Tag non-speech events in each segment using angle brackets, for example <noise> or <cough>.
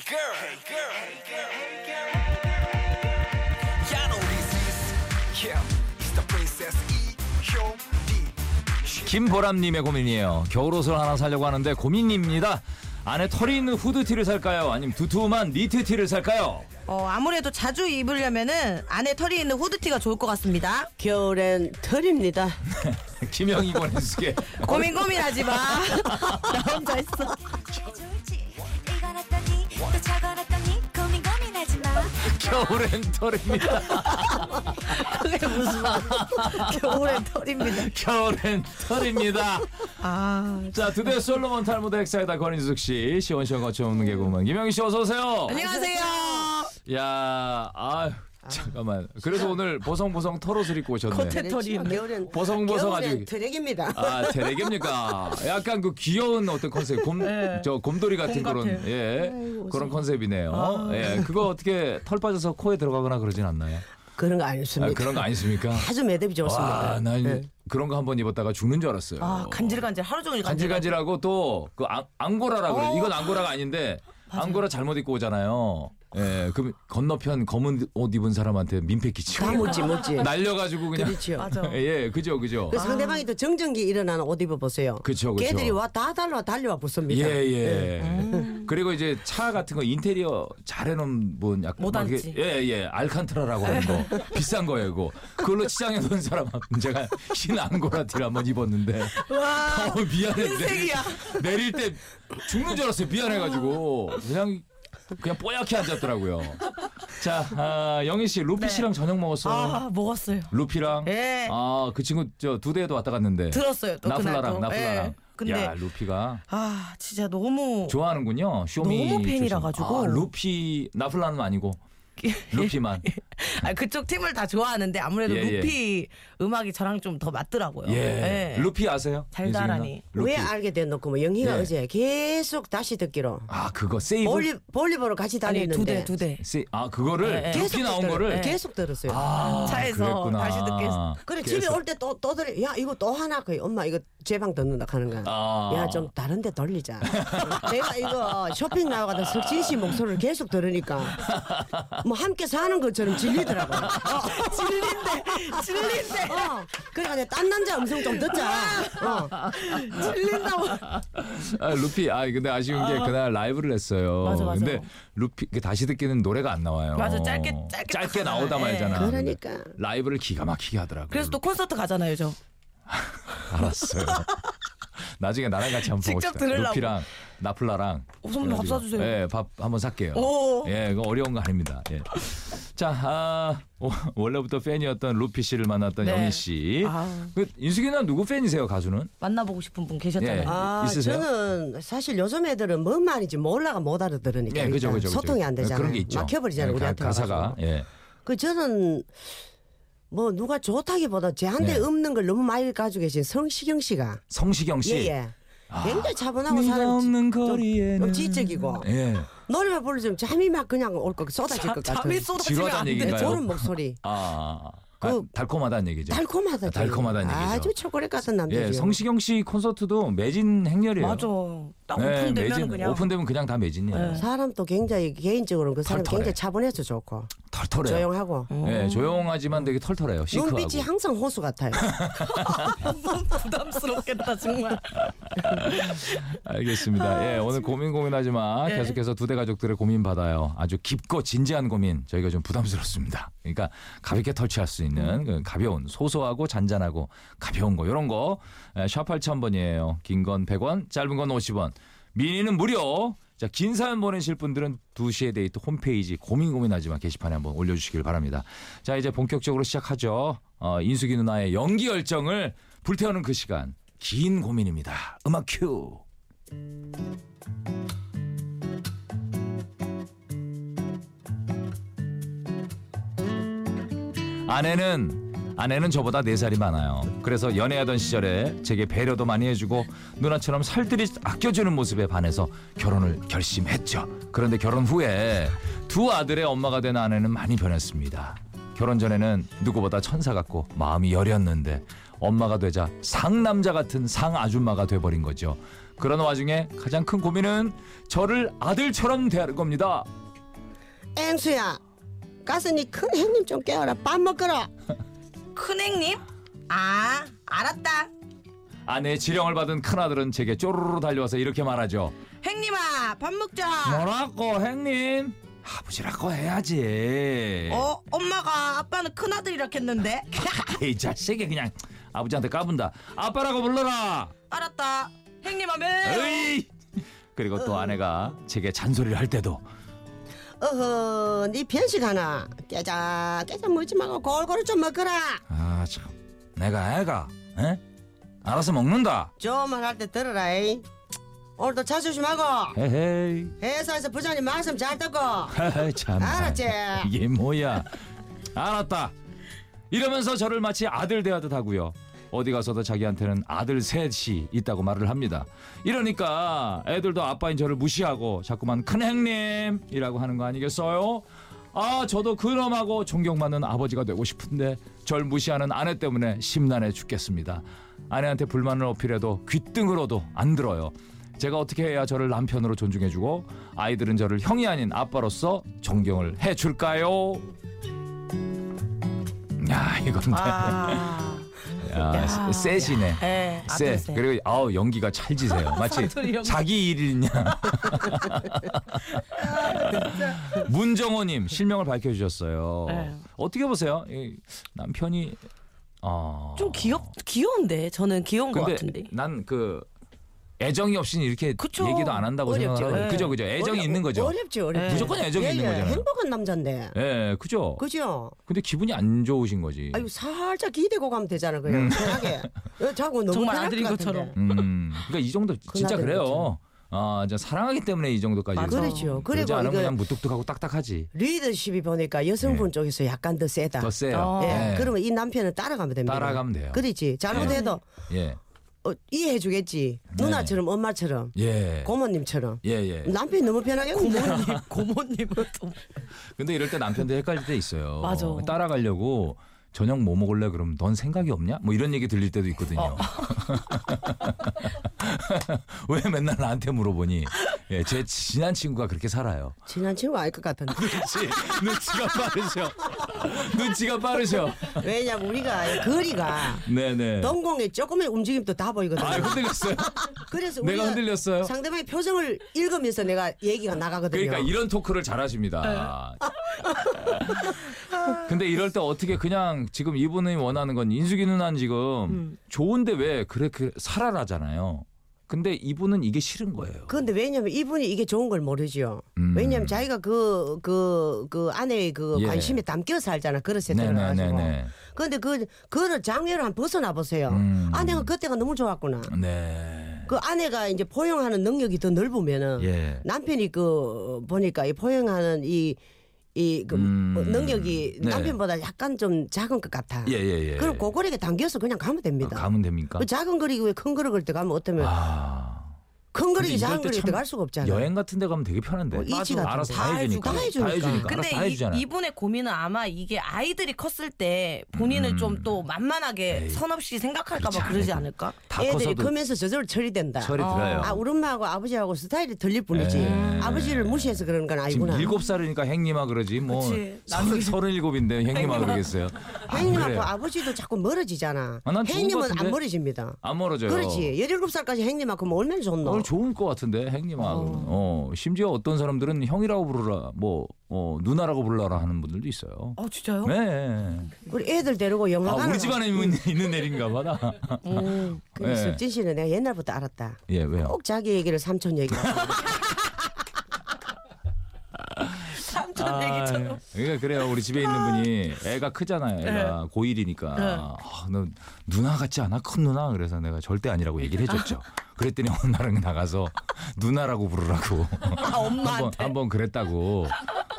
girl. Hey girl. Hey girl. Hey girl. Y'all know this is yeah. It's the princess E. Show D. 김보람님의 고민이에요. 겨울옷을 하나 사려고 하는데 고민입니다. 안에 털이 있는 후드티를 살까요? 아니면 두툼한 니트티를 살까요? <laughs> 어, 아무래도 자주 입으려면은 안에 털이 있는 후드티가 좋을 것 같습니다. 겨울엔 털입니다. 김영희 권인숙의 <laughs> 고민 고민하지 마. <laughs> 나 혼자 있어. 좋을지 이거놨더니 또 저거놨더니 고민 고민하지 마. 겨울엔 털입니다. 그게 무슨 말? 겨울엔 털입니다. 겨울엔 털입니다. 아, 자, 드디어 솔로몬 탈무드 엑사이다 권인숙 씨, 시원시원 거쳐오는 개그우먼 김영희 씨 어서 오세요. 네. 안녕하세요. 야, 아 잠깐만. 그래서 오늘 보송보송 털옷을 입고 오셨네. 겉에 아. 털이 있네. 보송보송 아주- 겨울엔 드랙입니다. 아, 대략입니까? 약간 그 귀여운 어떤 컨셉, 곰, 네. 저 곰돌이 같은 그런, 예, 그런 컨셉이네요. 아. 예, 그거 어떻게 털 빠져서 코에 들어가거나 그러진 않나요? 그런 거 아, 아니었습니다. 그런 거 아니십니까? 아주 매듭이 좋습니다. 와, 난 그런 거 한번 입었다가 죽는 줄 알았어요. 네. 아, 간질간질 하루 종일 간질. 어. 간질간질하고 또 그 앙고라라 그래. 이건 앙고라가 아닌데 앙고라 잘못 입고 오잖아요. 예, 그럼 건너편 검은 옷 입은 사람한테 민폐 끼치고 다 못지 못지. 날려가지고 그냥 그렇죠. <laughs> 예, 그죠, 그죠. 그 아. 상대방이 또 정전기 일어나는 옷 입어보세요. 그쵸, 그쵸. 걔들이 와 다 달려와 달려와 예, 붙습니다. 예. 음. 그리고 이제 차 같은 거 인테리어 잘 해놓은 분 약간 못 막 이게- 앉지. 예, 예. 알칸트라라고 하는 거 <laughs> 비싼 거예요, 그거. 그걸로 시장에 놓은 사람 제가 <laughs> 흰 앙고라티를 한번 <laughs> 입었는데. 와, 미안해. 내릴, 흰색이야. 내릴 때 죽는 줄 알았어요. 미안해가지고 그냥 그냥 뽀얗게 앉았더라고요. 자, 아, 영희 씨, 루피 씨랑 저녁 먹었어. 네. 아, 먹었어요. 루피랑 예. 아, 그 친구 저 두 대도 왔다 갔는데. 들었어요. 또 나플라랑 그날도. 나플라랑. 예. 근데 야, 루피가 아, 진짜 너무 좋아하는군요. 쇼미 너무 팬이라 출신. 가지고. 아, 루피 나플라는 <laughs> 아니고 루피만. 아, 그쪽 팀을 다 좋아하는데 아무래도 예, 예. 루피 음악이 저랑 좀 더 맞더라고요. 예. 루피 아세요? 달달하니. 아- 민수님 누나? 루피. 왜 알게 됐노고 뭐 영희가 예. 어제 계속 다시 듣기로 아 그거 세이브. 볼리 볼리버로 같이 아니, 다니는데 두 대, 두 대. 세... 아 그거를 예, 예. 루피 나온 듣더라- 거를. 계속 들었어요. 아, 차에서 그랬구나. 다시 듣게- 그래 집에 그래서- 올 때 또 또 들어 야 이거 또 하나 그 엄마 이거 제방 듣는다 하는 거야 아. 야 좀 다른 데 돌리자 <laughs> 제가 이거 쇼핑 나와가다 석진 씨 목소리를 계속 들으니까 뭐 함께 사는 것처럼 질리더라고요 질린데, 아, 질린데. 어, 그러니까 내가 딴 남자 음성 좀 듣자 어. 질린다고. 아, 루피. 아 근데 아쉬운 게 그날 라이브를 했어요. 맞아, 맞아. 근데 루피 그 다시 듣기는 노래가 안 나와요. 맞아, 짧게- 짧게 딱 나오다 하잖아요. 말잖아. 예. 그러니까. 라이브를 기가 막히게 하더라고요. 그래서 또 콘서트 가잖아요, 저. 알았어요. <laughs> 나중에 나랑 같이 한번 직접 보고 싶다. 들으려고. 어, 루피랑 나플라랑. 선배님 밥 그래가지고. 사주세요. 예, 밥 한번 살게요. 오. 예, 그거 어려운 거 아닙니다. 예. 자, 아, 오, 원래부터 팬이었던 루피 씨를 만났던 네. 영희 씨. 아. 그 인숙이는 누구 팬이세요, 가수는? 만나보고 싶은 분 예. 계셨잖아요. 아, 있으세요? 저는 사실 요즘 애들은 뭔 말인지 몰라가 못 알아들으니까 예, 그죠, 네, 일단 그죠, 그죠. 소통이 안 되잖아요. 그런 게 있죠. 막혀버리잖아요. 예, 가- 우리한테 가사가. 와가지고. 예. 그 저는 뭐 누가 좋다기보다 제한테 네. 없는 걸 너무 많이 가지고 계신 성시경 씨가 성시경 씨. 예예 굉장히 차분하고 네가 사람 없는 좀- 거리에는 좀 지적이고 예. 노래만 부르면 잠이 막 그냥 올 것 쏟아질 것 같은 잠이 쏟아지면 지루하다는 안 얘기인가요? 돼. 저런 목소리 아, 아, 그- 달콤하다는 얘기죠. 달콤하다 아, 달콤하다는 얘기죠. 아주 초콜릿 같은 남자죠 예, 성시경 씨 콘서트도 매진 행렬이에요. 맞아. 딱 네, 오픈되면 매진, 그냥. 네. 오픈되면 그냥 다 매진이에요. 사람도 굉장히 개인적으로는 그 사람 털털해. 굉장히 차분해서 좋고 털털해요. 조용하고 음. 네, 조용하지만 되게 털털해요. 시크하고. 눈빛이 항상 호수 같아요 <laughs> <laughs> 부담스럽겠다 정말. 알겠습니다. 예, 오늘 고민 고민하지 마. 계속해서 두 대 가족들의 고민 받아요. 아주 깊고 진지한 고민 저희가 좀 부담스럽습니다. 그러니까 가볍게 털치할 수 있는 그 가벼운 소소하고 잔잔하고 가벼운 거 이런 거. 예, 샵 8000번이에요. 긴 건 100원, 짧은 건 50원. 미니는 무료. 자, 긴 사연 보내실 분들은 2시에 데이트 홈페이지 고민 고민하지 마 게시판에 한번 올려주시길 바랍니다. 자, 이제 본격적으로 시작하죠. 어, 인숙이 누나의 연기 열정을 불태우는 그 시간. 긴 고민입니다. 음악 큐. 아내는 아내는 저보다 네살이 많아요. 그래서 연애하던 시절에 제게 배려도 많이 해주고 누나처럼 살뜰히 아껴주는 모습에 반해서 결혼을 결심했죠. 그런데 결혼 후에 두 아들의 엄마가 된 아내는 많이 변했습니다. 결혼 전에는 누구보다 천사 같고 마음이 여렸는데 엄마가 되자 상남자 같은 상아줌마가 돼버린 거죠. 그런 와중에 가장 큰 고민은 저를 아들처럼 대하는 겁니다. 앵수야 가서 니큰 형님 좀 깨워라 밥 먹거라 큰행님? 아, 알았다. 아내의 지령을 받은 큰아들은 제게 쪼르르 달려와서 이렇게 말하죠. 행님아, 밥 먹자. 뭐라고 형님? 아버지라고 해야지. 어, 엄마가 아빠는 큰아들이라 했는데. 이 자식이 그냥 아버지한테 까분다. 아빠라고 불러라. 알았다. 행님 하면. 에이. 그리고 또 아내가 제게 잔소리를 할 때도 어허 니 편식 하나 깨자 깨자 먹지 말고 골고루 좀 먹거라 아 참, 내가 애가 에? 알아서 먹는다. 좀만 할 때 들어라 이. 오늘도 자조심하고 헤헤이. 회사에서 부장님 말씀 잘 듣고 아이, 참. 알았지? 이게 뭐야? 알았다. 이러면서 저를 마치 아들 대하듯 하고요. 어디 가서도 자기한테는 아들 셋이 있다고 말을 합니다. 이러니까 애들도 아빠인 저를 무시하고 자꾸만 큰 형님이라고 하는 거 아니겠어요? 아, 저도 그놈하고 존경받는 아버지가 되고 싶은데 절 무시하는 아내 때문에 심란해 죽겠습니다. 아내한테 불만을 어필해도 귓등으로도 안 들어요. 제가 어떻게 해야 저를 남편으로 존중해주고 아이들은 저를 형이 아닌 아빠로서 존경을 해줄까요? 야 이건데 아, 야, 세- 세시네. 예, 세 아들세. 그리고 아우 연기가 찰지세요. 마치 사투리 연기. 자기 일이냐. 문정호님 실명을 밝혀주셨어요. 네. 어떻게 보세요? 이 남편이 어... 좀 귀엽 귀여운데 저는 귀여운 것 같은데. 난 그 애정이 없이는 이렇게 그쵸. 얘기도 안 한다고 어렵죠. 생각하는 예. 그죠 그죠 애정이 어려- 있는 거죠. 어렵지 어렵지 네. 무조건 애정이 예, 있는 예. 거잖아요. 행복한 남잔데 예, 그죠. 그죠? 근데 기분이 안 좋으신 거지. 아유 살짝 기대고 가면 되잖아 그냥 편하게 어, 자고 너무 정말 편할 아들인 것 같은데. 것처럼. 음, 그러니까 이 정도 진짜 그날은 그래요. 아, 이제 사랑하기 때문에 이 정도까지. 맞아. 그러지 그렇죠 그리고 않으면 이거 그냥 무뚝뚝하고 딱딱하지. 리더십이 보니까 여성분 네. 쪽에서 약간 더 세다 더 세요. 어. 예. 예. 그러면 이 남편은 따라가면 됩니다 따라가면 돼요. 그렇지 잘못해도 예, 어, 이해해주겠지 네. 누나처럼 엄마처럼 예, 고모님처럼 예, 예. 남편이 너무 편하게 고모님 <laughs> 고모님은 또 근데 이럴 때 남편도 헷갈릴 때 있어요. 맞아. 따라가려고 저녁 뭐 먹을래? 그럼 넌 생각이 없냐? 뭐 이런 얘기 들릴 때도 있거든요. <laughs> 왜 맨날 나한테 물어보니? 예, 제 친한 친구가 그렇게 살아요. 지난 친구 알 <laughs> 것 같은데 그렇지. 눈치가 빠르셔. <laughs> 눈치가 빠르셔. 왜냐면 우리가 거리가 네네. 동공에 조금의 움직임도 다 예. 아, 보이거든요. 흔들렸어요. 그래서 내가 우리가 흔들렸어요. 상대방의 표정을 읽으면서 내가 얘기가 나가거든요. 네. 그러니까 이런 토크를 잘하십니다. <laughs> 근데 이럴 때 어떻게 그냥 지금 이분이 원하는 건 인숙이 누나는 지금 음. 좋은데 왜 그래 그 살아라잖아요. 근데 이분은 이게 싫은 거예요. 그런데 왜냐면 이분이 이게 좋은 걸 모르죠. 음. 왜냐면 자기가 그, 그, 그 아내의 그 예. 관심에 담겨 살잖아. 그런 세태를 가지고. 네네네네. 그런데 그, 그런 장애를 한 벗어나 보세요. 음. 아내가 그때가 너무 좋았구나. 네. 그 아내가 이제 포용하는 능력이 더 넓으면은 예. 남편이 그 보니까 이 포용하는 이 이그 음. 능력이 네. 남편보다 약간 좀 작은 것 같아. 예예예. 아, 그럼 고거리에 당겨서 그냥 가면 됩니다. 가면 됩니까? 그 작은 거리 위에 큰 거리 걸때 가면 어쩌면 아. 큰 근데 거리 이럴 작은 때 거리 참 때갈 수가 없잖아. 여행 같은 데 가면 되게 편한데. 네, 뭐 이치 같은 알아서 거 다 다 해주고, 해주니까. 다 해주니까. 다 해주니까. 알아서 다 근데 해주잖아. 이, 분의 고민은 아마 이게 아이들이 컸을 때 본인을 좀 또 만만하게 선 없이 음. 그렇지 생각할까봐 그러지 않아요. 않을까? 다 애들이 커서도 크면서 저절로 처리된다. 철이 들어요. 예. 아, 우리 엄마하고 아버지하고 스타일이 들릴 뿐이지. 아버지를 무시해서 그러는 건 지금 아니구나. 일곱 살이니까 행님아 그러지 뭐 그치. 서른 서른 일곱인데 행님아 그러겠어요. 안 행님하고 그래요. 아버지도 자꾸 멀어지잖아. 아, 난 좋은 것 행님은 같은데? 안 멀어집니다. 안 멀어져요. 그렇지. 17살까지 행님하고 면 얼마나 좋노. 오늘 좋을 것 같은데 행님아. 어. 심지어 어떤 사람들은 형이라고 부르라 뭐 어, 누나라고 불러라 하는 분들도 있어요. 아 진짜요? 네. 우리 애들 데리고 영화 아 가는 우리 집안에 있는, 있는 애인가 보다. 예. 그 숙진 씨는 내가 옛날부터 알았다. 예 왜요? 꼭 자기 얘기를 삼촌 <laughs> 얘기를 하고. 삼촌 아, 얘기처럼. 아. 그러니까 그래요. 우리 집에 있는 분이 애가 크잖아요. 애가 네. 고1이니까 아, 너 누나 같지 않아? 큰 누나? 그래서 내가 절대 아니라고 얘기를 해줬죠. 그랬더니 <laughs> 어느 날은 나가서 <laughs> 누나라고 부르라고 아, 한번 한번 그랬다고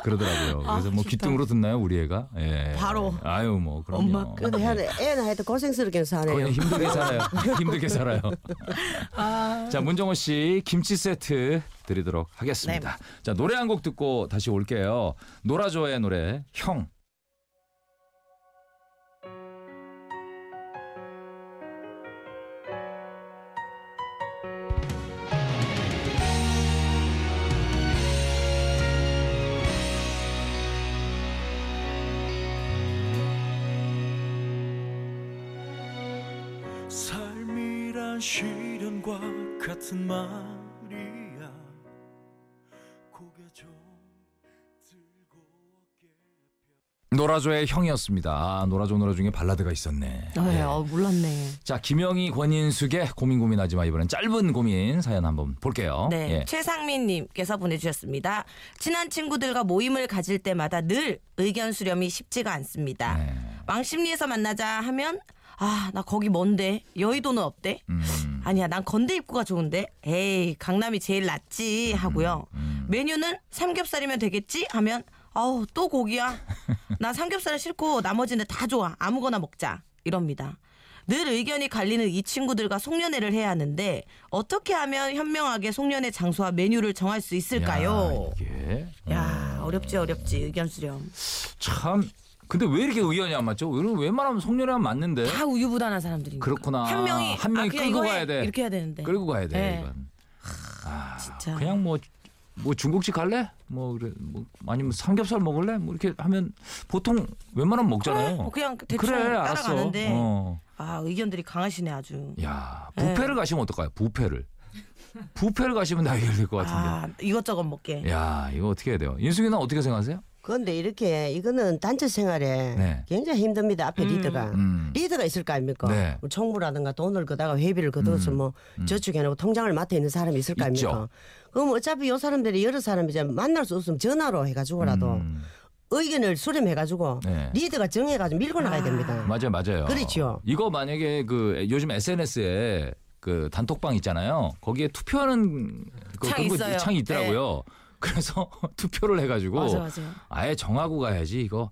그러더라고요. 그래서 뭐 귀뚱으로 듣나요, 우리 애가? 예. 아, 바로. 아유 뭐 그럼요. 엄마 근데 예. 하여튼 애는 하여튼 고생스럽게 사네요. 그냥 어, 힘들게 <laughs> 살아요. 힘들게 살아요. 아. 자, 문정호 씨 김치 세트 드리도록 하겠습니다. 네. 자, 노래 한 곡 듣고 다시 올게요. 노라조의 노래 형. 내 시련과 같은 말이야 고개 좀 들고 어깨 노라조의 형이었습니다. 아, 노라조 노래 중에 발라드가 있었네. 아, 예. 아, 몰랐네. 자, 김영희 권인숙의 고민 고민하지 마 이번엔 짧은 고민 사연 한번 볼게요. 네, 예. 최상민님께서 보내주셨습니다. 친한 친구들과 모임을 가질 때마다 늘 의견 수렴이 쉽지가 않습니다. 네. 왕십리에서 만나자 하면 아, 나 거기 뭔데? 여의도는 어때? 음, 아니야, 난 건대 입구가 좋은데. 에이, 강남이 제일 음, 낫지 하고요. 메뉴는 삼겹살이면 되겠지 하면 아우 또 고기야. 나 삼겹살 싫고 나머지는 다 좋아. 아무거나 먹자. 이럽니다. 늘 의견이 갈리는 이 친구들과 송년회를 해야 하는데 어떻게 하면 현명하게 송년회 장소와 메뉴를 정할 수 있을까요? 야, 음. 이게 야, 어렵지 어렵지 의견 수렴. 참. 근데 왜 이렇게 의견이 안 맞죠? 왜- 웬만하면 송년회 하면 맞는데. 다 우유부단한 사람들이니까. 그렇구나. 한 명이 한 명이 아, 그냥 끌고 이거 가야 해. 돼. 이렇게 해야 되는데. 끌고 가야 돼. 네. 이건. 진짜. 그냥 뭐. 뭐 중국집 갈래? 뭐 그래 뭐 아니면 삼겹살 먹을래? 뭐 이렇게 하면 보통 웬만하면 먹잖아요. 어, 그냥 대충 그래, 알았어. 따라가는데 어. 아 의견들이 강하시네 아주. 야 네. 부페를 가시면 어떨까요? 부페를 부페를 가시면 다 해결될 것 같은데. 아 이것저것 먹게. 야 이거 어떻게 해야 돼요? 인숙이는 어떻게 생각하세요? 그런데 이렇게 이거는 단체 생활에 네. 굉장히 힘듭니다. 앞에 리더가 음. 리더가 있을 거 아닙니까? 네. 음, 뭐 총무라든가 돈을 거다가 회비를 거둬서 뭐 저축해놓고 통장을 맡아 있는 사람이 있을 거 있죠. 아닙니까? 그럼 어차피 요 사람들이 여러 사람이자 만날 수 없으면 전화로 해가지고라도 음, 의견을 수렴해가지고 네. 리더가 정해가지고 밀고 나가야 됩니다. 음. 맞아요, 맞아요. 그렇죠. 이거 만약에 그 요즘 SNS에 그 단톡방 있잖아요. 거기에 투표하는 그 창 그런 거 있어요. 네. 창이 있더라고요. 그래서 <laughs> 투표를 해가지고 맞아, 맞아. 예 정하고 가야지 이거.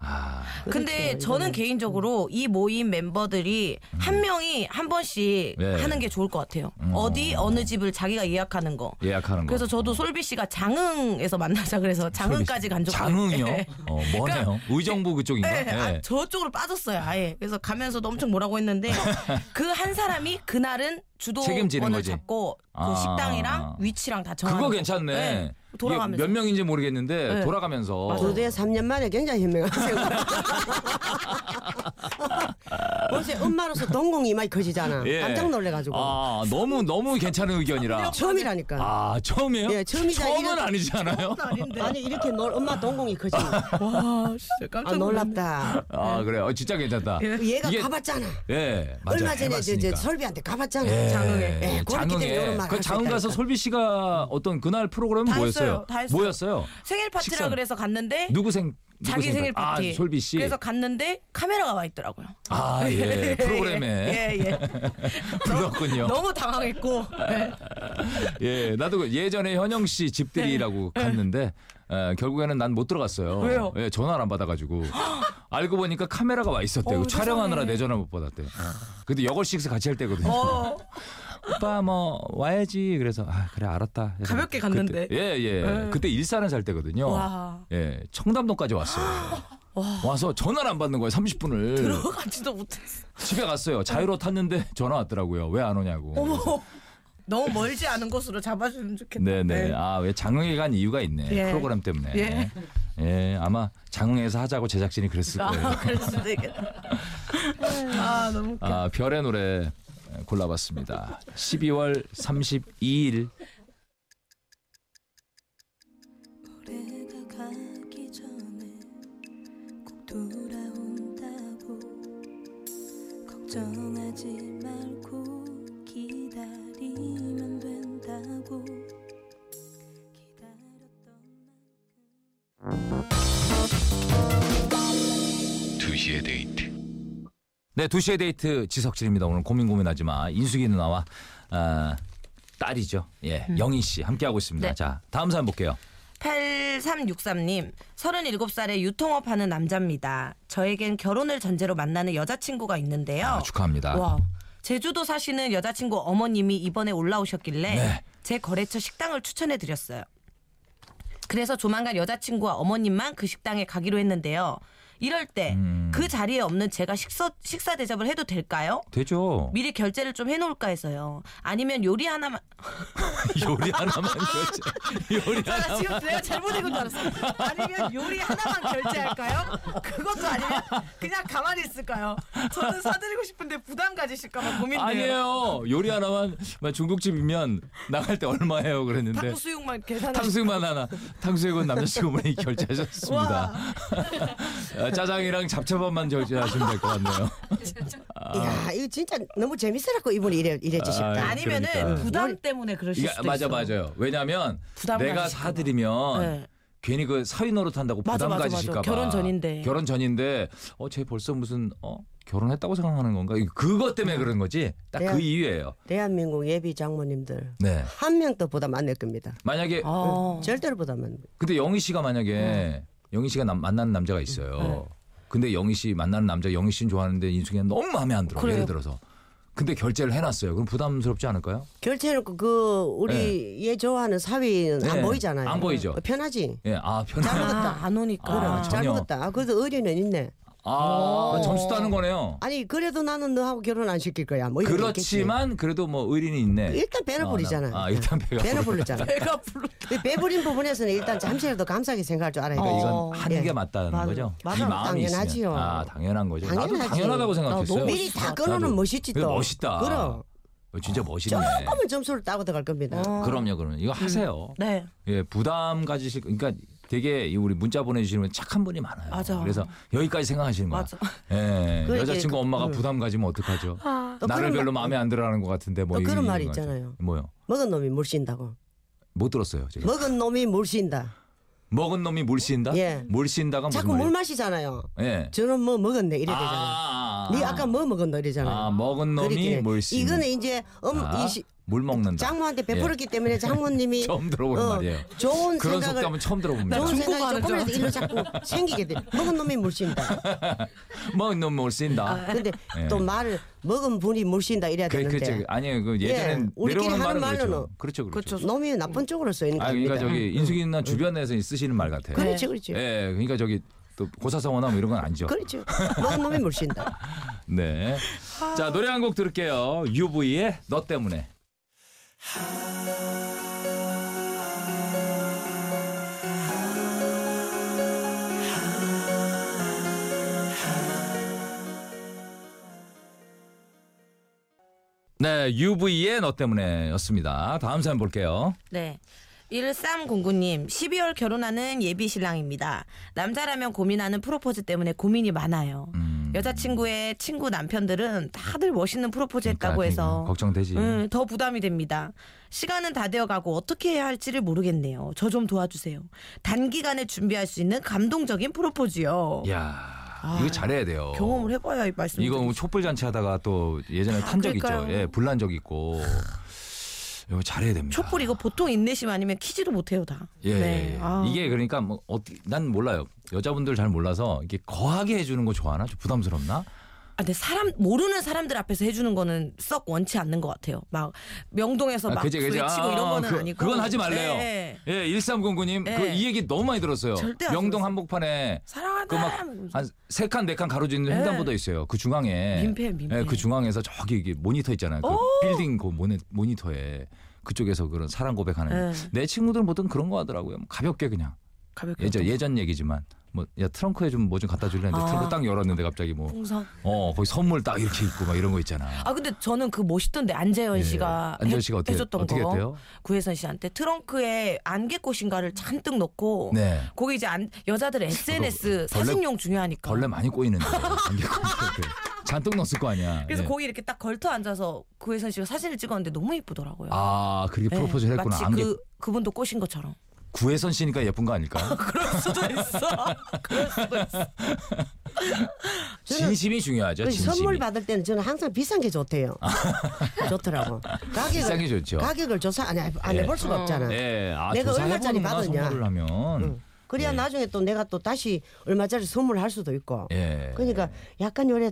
아, 근데 저는 개인적으로 이 모임 멤버들이 한 명이 한 번씩 음. 네. 음. 하는 게 좋을 것 같아요. 어디 어느 집을 자기가 예약하는 거. 예약하는 거. 어. 그래서 저도 솔비 씨가 장흥에서 만나자 그래서 장흥까지 간 적. 장흥이요? <laughs> 어, 뭐네요? 의정부 그쪽인가? 네, 아, 예. 저쪽으로 빠졌어요, 아예. 그래서 가면서도 엄청 뭐라고 <laughs> 했는데 그 한 사람이 그날은 책임지는 주도권을 거지. 잡고 그 아. 식당이랑 위치랑 다 정하는 그거 거. 괜찮네. 네, 이게 돌아가면서. 몇 명인지 모르겠는데 네. 돌아가면서 두대 삼 년 만에 굉장히 <laughs> 현명한 생각. 요새 엄마로서 동공이 많이 커지잖아. 예. 깜짝 놀래가지고. 아 너무 너무 괜찮은 의견이라. 처음이라니까. 아 처음이에요? 예, 처음이자 은 이거- 아니잖아요. 아니 이렇게 놀, 엄마 동공이 커지. 와, 진짜 아 깜짝 놀랐네. 놀랍다. 아 그래, 어, 진짜 괜찮다. 예, 얘가 이게- 가봤잖아. 맞아. 얼마 전에 저, 저 해봤으니까. 설비한테 가봤잖아. 예, 예, 그렇기 때문에 이런 장흥에 말을 그 할수 장흥 가서 있다니까. 솔비 씨가 어떤 그날 프로그램 다 뭐였어요? 했어요, 다 했어요. 뭐였어요? 생일 파티라 식사. 그래서 갔는데 누구 생 누구 자기 생일 파- 파티. 아 솔비 씨. 그래서 갔는데 카메라가 와 있더라고요. 아 <laughs> 예. 프로그램에 <laughs> 어. 예, 예. 불렀군요. 너무 당황했고. 네. 예, 나도 그 예전에 현영 씨 집들이라고 갔는데 에, 결국에는 난 못 들어갔어요. 네. 왜요? 예, 전화를 안 <gasps> 받아가지고 알고 보니까 카메라가 와 있었대요. 그 어우, 촬영하느라 세상에. 내 전화 못 받았대. 근데 여걸식스 같이 할 때거든요. 어, 오빠 뭐 와야지. 그래서 아 그래 알았다. 그래서 가볍게 갔는데. 네. 그때, 예 예. 그때 일산에 살 때거든요. 와. 예, 청담동까지 <gasps> 왔어요. 와서 전화를 안 받는 거예요. 30분을 가지도 못했어. 집에 갔어요. 네. 자유로 탔는데 <laughs> 전화 왔더라고요. 왜 안 오냐고. <laughs> 너무 멀지 않은 곳으로 잡아주면 좋겠다. 네네. 네. 아 왜 장흥에 간 이유가 있네. 예. 프로그램 때문에. 예. 예. 아마 장흥에서 하자고 제작진이 그랬을 거예요. 아, <laughs> 그럴 수도 있겠다. 아, 너무 웃겨. 아 별의 노래 골라봤습니다. 12월 32일 올해가 가기 전에 꼭 돌아온다고 걱정하지 말고 기다리면 된다고 기다렸던 2시의 데이트 네 2시의 데이트 지석진입니다. 오늘 고민 고민하지마 인숙이 누나와 아, 딸이죠. 예 영희 씨 함께 하고 있습니다. 음. 네. 자 다음 사연 볼게요. 8363님, 37살에 유통업 하는 남자입니다. 저에겐 결혼을 전제로 만나는 여자친구가 있는데요. 아, 축하합니다. 어. 와, 제주도 사시는 여자친구 어머님이 이번에 올라오셨길래 네. 제 거래처 식당을 추천해 드렸어요. 그래서 조만간 여자친구와 어머님만 그 식당에 가기로 했는데요. 이럴 때 음. 그 자리에 없는 제가 식사 식사 대접을 해도 될까요? 되죠. 미리 결제를 좀 해놓을까 해서요. 아니면 요리 하나만. <laughs> 요리 하나만 결제. 요리 나 아, 지금 내가 잘못 읽은 줄 알았어. 아니면 요리 하나만 결제할까요? 그것도 아니면 그냥 가만히 있을까요? 저는 사드리고 싶은데 부담 가지실까봐 고민돼요. 아니에요. 요리 하나만 막 중국집이면 나갈 때 얼마예요 그랬는데 네. 탕수육만 계산. 탕수육만 하나. 탕수육은 남자친구분이 <laughs> 결제하셨습니다. 아, 짜장이랑 잡채밥만 결제하시면 될 것 같네요. 이야 이거 진짜 너무 재밌어갖고 이분이 이래 이랬지 싶다. 아. 아이. 아니면은 그러니까. 부담 때문에 그러실 이게 수도 맞아 있어. 맞아요. 왜냐하면 부담 내가 가지실까 봐. 사드리면 네. 괜히 그 사위 노릇한다고 맞아, 부담 맞아, 맞아. 가지실까 봐. 결혼 전인데. 결혼 전인데 어쟤 벌써 무슨 어 결혼했다고 생각하는 건가? 그것 때문에 그런 거지. 딱 그 네. 이유예요. 대한민국 예비 장모님들 네. 한 명도 보다 많을 겁니다. 만약에 어. 절대로 보다 많. 근데 영희 씨가 네. 만약에 영희 씨가 남, 만나는 남자가 있어요. 근데 영희 씨 만나는 남자 영희 씨는 좋아하는데 인숙이는 너무 마음에 안 들어. 그래요. 예를 들어서. 근데 결제를 해놨어요. 그럼 부담스럽지 않을까요? 결제해놓고 그 우리 얘 좋아하는 사위는 네. 안 보이잖아요. 안 보이죠. 그 편하지. 예, 아 편안. 아, 안 오니까. 아, 잘 전혀. 먹었다. 아, 그래도 의리는 있네. 아 점수 따는 거네요. 아니 그래도 나는 너하고 결혼 안 시킬 거야. 뭐 이런 게 있겠지. 그렇지만 그래도 뭐 의리는 있네. 일단 배를 아, 부리잖아. 나- 아, 일단 배가 배를 부르잖아. 배가 부르. 근데 배 부린 부분에서는 일단 잠시라도 감사하게 생각할 줄 알아야 돼. 그러니까 어, 이건 하는 예. 게 맞다는 맞아. 거죠. 맞아. 이 마음이 당연하지요. 있으면. 아 당연한 거죠. 나도 당연하지. 당연하다고 생각했어요. 너무 미리 다 끊어놓으면 나도. 멋있지 또. 멋있다. 그럼. 어, 진짜 멋있네. 조금은 음. 점수를 따고 들어갈 겁니다. 그럼요, 그러면 이거 하세요. 네. 예, 부담 가지실 그러니까 되게 이 우리 문자 보내주시는 분 착한 분이 많아요. 맞아. 그래서 여기까지 생각하시는 거야. 맞아. 예, 그 여자친구 이제- 엄마가 음. 부담 가지면 어떡하죠? 또 나를 그런 별로 말- 마음에 안 들어하는 것 같은데 뭐 또 이런 그런 말이 거 같아요. 있잖아요. 뭐요? 먹은 놈이 물씬다고. 못 들었어요. 제가. 먹은 놈이 물씬다. 먹은 놈이 물 씬다? 뭐? 예. 물 씬다가 무슨 자꾸 물 말이에요? 마시잖아요. 예. 저는 뭐 먹었네 이래 아, 되잖아요. 아, 아, 네 아까 뭐 먹었노 이러잖아요. 아, 먹은 그렇게 놈이 해. 물 씬. 이거는 이제 음, 아, 이 시- 물 먹는다. 장모한테 베풀었기 때문에 장모님이 <laughs> 처음 들어보는 어, 말이에요. 좋은 그런 생각을 속담은 처음 들어봅니다. 좋은 생각이 중국어는 조금이라도 일로 자꾸 생기게 돼. 먹은 놈이 물씬다. 먹은 놈이 물 씬다. 근데 예. 또 말을 먹은 분이 물씬다 이래야 그, 되는데 그렇죠. 아니에요. 그 예, 예전엔 우리끼리 내려오는 말은 하는 그렇죠. 말로는 그렇죠. 그렇죠. 놈이 나쁜 쪽으로 쓰이는 아 겁니다. 그렇죠, 그러니까 저기 인숙이 누나 주변에서 쓰시는 말 같아요. 그렇지 그렇지. 예, 그러니까 저기 또 고사성어나 뭐 이런 건 아니죠. 그렇죠. 먹은 놈이 <laughs> 물씬다. 네. 자 노래 한 곡 들을게요. UV의 너 때문에. 네, UV의 너 때문에였습니다. 다음 사연 볼게요. 네. 1309님, 12월 결혼하는 예비 신랑입니다. 남자라면 고민하는 프로포즈 때문에 고민이 많아요. 음. 여자친구의 친구 남편들은 다들 멋있는 프로포즈 했다고 그러니까 해서 걱정되지. 음, 더 부담이 됩니다. 시간은 다 되어가고 어떻게 해야 할지를 모르겠네요. 저 좀 도와주세요. 단기간에 준비할 수 있는 감동적인 프로포즈요. 야, 이거 잘해야 돼요. 아, 경험을 해봐야 이 말씀. 예. 이거 뭐 촛불 잔치 하다가 또 예전에 탄 적 있죠. 그러니까요. 예, 불난 적 있고. 이거 잘해야 됩니다. 촛불 이거 보통 인내심 아니면 키지도 못해요 다. 예, 예, 네. 예. 아. 이게 그러니까 뭐 어떻게 난 몰라요. 여자분들 잘 몰라서 이게 거하게 해주는 거 좋아하나? 좀 부담스럽나? 아, 근데 사람 모르는 사람들 앞에서 해주는 거는 썩 원치 않는 것 같아요. 막 명동에서 아, 막 그지, 그지. 소리치고 아, 이런 거는 그, 아니고. 그건 하지 말래요. 네. 예, 1309님 예. 그 이 얘기 너무 많이 들었어요. 절대 안 명동 들었어요. 한복판에 사랑한다. 그뭐 그막한세 칸 네 칸 가로지는 횡단보도 있어요. 그 중앙에 민폐, 민폐. 예, 그 중앙에서 저기 이게 모니터 있잖아요. 그 빌딩 그 모니, 모니터에 그쪽에서 그런 사랑 고백하는 예. 내 친구들은 보통 그런 거 하더라고요. 뭐 가볍게 그냥 가볍게. 예전 예전 얘기지만 뭐 야 트렁크에 좀 뭐 좀 갖다 줄래 했는데 아. 트렁크 딱 열었는데 갑자기 뭐 풍선. 어 거기 선물 딱 이렇게 있고 막 이런 거 있잖아. 아 근데 저는 그 멋있던데 안재현 예. 씨가 안재현 해- 씨가 어떻게- 해줬던 어떻게 거 했대요? 구혜선 씨한테 트렁크에 안개꽃인가를 잔뜩 넣고 네. 거기 이제 안, 여자들 SNS 벌레- 사진용 중요하니까 벌레 많이 꼬이는데 <laughs> 안개 꼬이는데. 잔뜩 넣었을 거 아니야. 그래서 예. 거기 이렇게 딱 걸터 앉아서 구혜선 씨가 사진을 찍었는데 너무 예쁘더라고요. 아 그렇게 예, 프로포즈를 했구나. 마치 안개 그 그분도 꼬신 것처럼. <laughs> 구혜선 씨니까 예쁜 거 <laughs> 아닐까? 그럴 수도 있어. 그럴 수도 있어. 진심이 중요하죠. 그 진심이. 선물 받을 때는 저는 항상 비싼 게 좋대요. 좋더라고. 가격을 아. 비싼 게 좋죠. 가격을 조사 안, 해, 안 해볼 수가 없잖아. 예, 아, 내가 조사해보는구나, 얼마짜리 받았냐. 선물을 예. 하면 그래야 나중에 또 내가 또 다시 얼마짜리 선물할 수도 있고. 예. 그러니까 약간 요래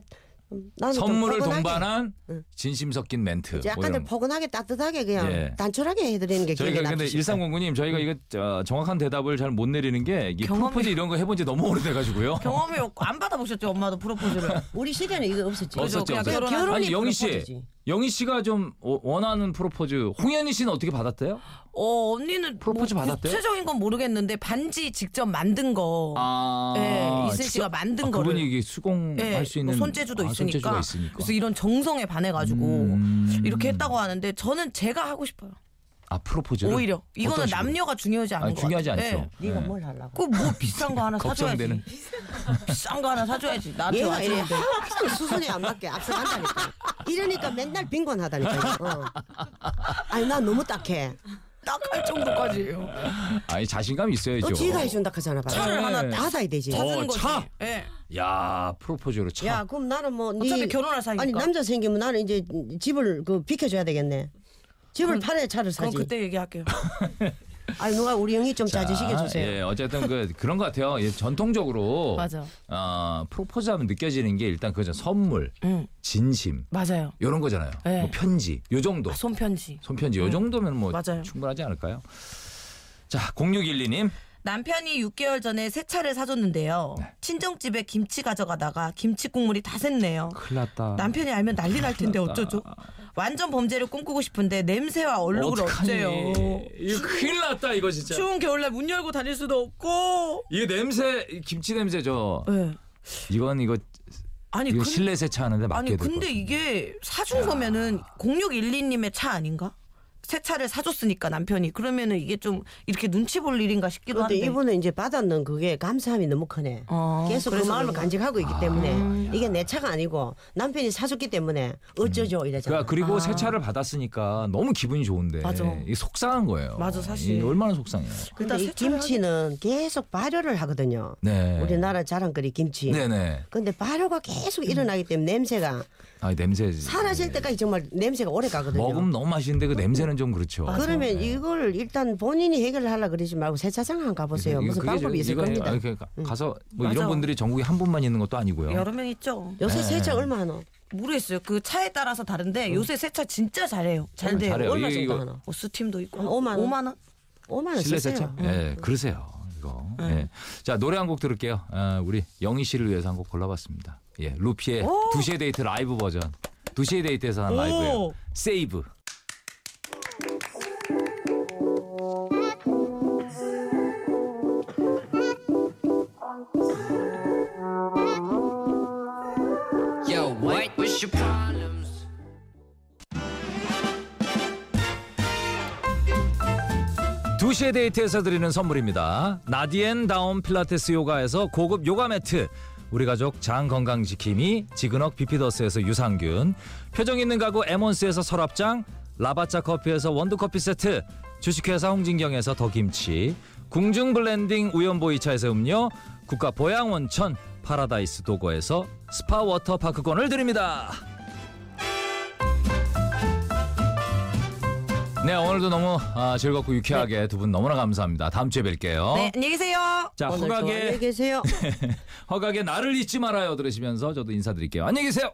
음, 나는 좀 선물을 포근하게, 동반한 응. 진심 섞인 멘트. 이제 뭐 약간 이런 좀 거. 포근하게 따뜻하게 그냥 예. 단촐하게 해드리는 게 기억에 저희가 근데 남지. 1309님 저희가 이거 어, 정확한 대답을 잘 못 내리는 게이 경험이- 프로포즈 이런 거 해본 지 너무 오래돼가지고요. 경험이 없고 안 받아보셨죠 엄마도 프로포즈를. 그렇죠. 우리 시대는 이거 없었지. 없었죠, 그냥 없었죠. 결혼이 아니 영희 씨, 프로포즈지. 영희 씨가 좀 어, 원하는 프로포즈. 홍현희 씨는 어떻게 받았대요? 어 언니는 프로포즈 받았대요? 구체적인 건 모르겠는데 반지 직접 만든 거. 아, 예, 이슬 씨가 만든 아, 거를. 그분이 이게 수공할 예, 수 있는 뭐 손재주도 아, 있으니까. 손재주가 있으니까. 그래서 이런 정성에 반해가지고 음. 이렇게 했다고 하는데 저는 제가 하고 싶어요. 아 프로포즈 오히려 이거는 남녀가 중요하지 않은 아니, 것 중요하지 같아요. 않죠. 예. 네가 뭘 하려고? 그뭐 비싼 거 하나 사줘야지. <laughs> 걱정되는. <laughs> 비싼 거 하나 사줘야지. 나한테 얘가 와서. 이래 항상 수순에 안 맞게 앞서간다니까. 이러니까 맨날 빈곤하다니까. 어. 아니 난 너무 딱해. 딱할 정도까지예요. 어, 아니 자신감 있어야죠. 또 지가 해준다 하잖아. 봐. 차를 하나 딱 받아야 되지. 찾은 어, 거지. 차? 예. 야 프로포즈로 참. 야 그럼 나는 뭐 어차피 네- 결혼할 사이니까. 아니 남자 생기면 나는 이제 집을 그 비켜줘야 되겠네. 집을 팔아야 차를 그건 사지. 그때 얘기할게요. 아니 누가 우리 형이 좀 자제시켜 아, 주세요. 예, 어쨌든 그 그런 것 같아요. 예, 전통적으로 <laughs> 맞아. 어, 프로포즈하면 느껴지는 게 일단 그죠 선물, 응. 진심 맞아요. 이런 거잖아요. 예. 뭐 편지 요 정도 손편지. 손편지 요 정도면 뭐 아, 맞아요. 충분하지 않을까요? 자 0612님 남편이 6개월 전에 새 차를 사줬는데요. 네. 친정집에 김치 가져가다가 김치 국물이 다 샜네요. 큰일 났다. 남편이 알면 난리 날 아. 텐데 어쩌죠? 완전 범죄를 꿈꾸고 싶은데 냄새와 얼룩을 어떡하니? 어째요? 이거 큰일 났다 이거 진짜. 추운 겨울날 문 열고 다닐 수도 없고. 이게 냄새 이 김치 냄새 저 예. 이건 이거 아니 이거 근- 실내 세차하는데 맞게 아니 될것 근데 같은데. 이게 사준 거면은 0612님의 차 아닌가? 새 차를 사줬으니까 남편이 그러면은 이게 좀 이렇게 눈치 볼 일인가 싶기도 그런데 한데. 이분은 이제 받았는 그게 감사함이 너무 크네. 어, 계속 그 그래서 마음을 그런가? 간직하고 아, 있기 때문에 이게 내 차가 아니고 남편이 사줬기 때문에 어쩌죠 이래잖아. 그러니까 그리고 세차를 받았으니까 너무 기분이 좋은데 맞아. 이게 속상한 거예요. 맞아, 사실. 이게 얼마나 속상해요. 근데 이 그러니까 세차를 김치는 계속 발효를 하거든요. 네. 우리나라 자랑거리 김치. 네네. 근데 발효가 계속 음. 일어나기 때문에 냄새가 아 냄새. 사라질 때까지 정말 냄새가 오래 가거든요. 아, 먹으면 너무 맛있는데 그 냄새는 좀 그렇죠. 그러면 이걸 일단 본인이 해결을 하려 그러지 말고 세차장 한번 가보세요. 무슨 그게 방법이 저- 있을 이거 해요. 겁니다. 아니, 그러니까 가서 뭐 맞아. 이런 분들이 전국에 한 분만 있는 것도 아니고요. 여러 명 있죠. 요새 네. 세차 얼마 하노? 모르겠어요. 그 차에 따라서 다른데 요새 새 차 진짜 잘해요. 잘 돼요. 잘해요. 얼마 이거- 정도 이거 하노? 어, 스팀도 있고 한 오만 원. 5만 원. 5만 원 실내 쓰세요. 네. 세차. 예, 그러세요. 이거. 예. 자 노래 한 곡 들을게요. 아, 우리 영희 씨를 위해서 한 곡 골라봤습니다. 예, 루피의 2시의 데이트 라이브 버전. 2시의 데이트에서 한 라이브예요. 세이브. Yo, what? What's your problems? 두시의 데이트에서 드리는 선물입니다. 나디엔 다운 필라테스 요가에서 고급 요가 매트. 우리 가족 장 건강지킴이 지그넉 비피더스에서 유산균 표정 있는 가구 에몬스에서 서랍장 라바짜 커피에서 원두커피 세트 주식회사 홍진경에서 더김치 궁중 블렌딩 우연보이차에서 음료 국가 보양원천 파라다이스 도고에서 스파 워터파크권을 드립니다 네 오늘도 너무 아, 즐겁고 유쾌하게 두 분 너무나 감사합니다 다음 주에 뵐게요 네, 안녕히 계세요. 어? 자 오늘 좋아. 허각의 안녕히 계세요. 허각의 나를 잊지 말아요 들으시면서 저도 인사드릴게요. 안녕히 계세요.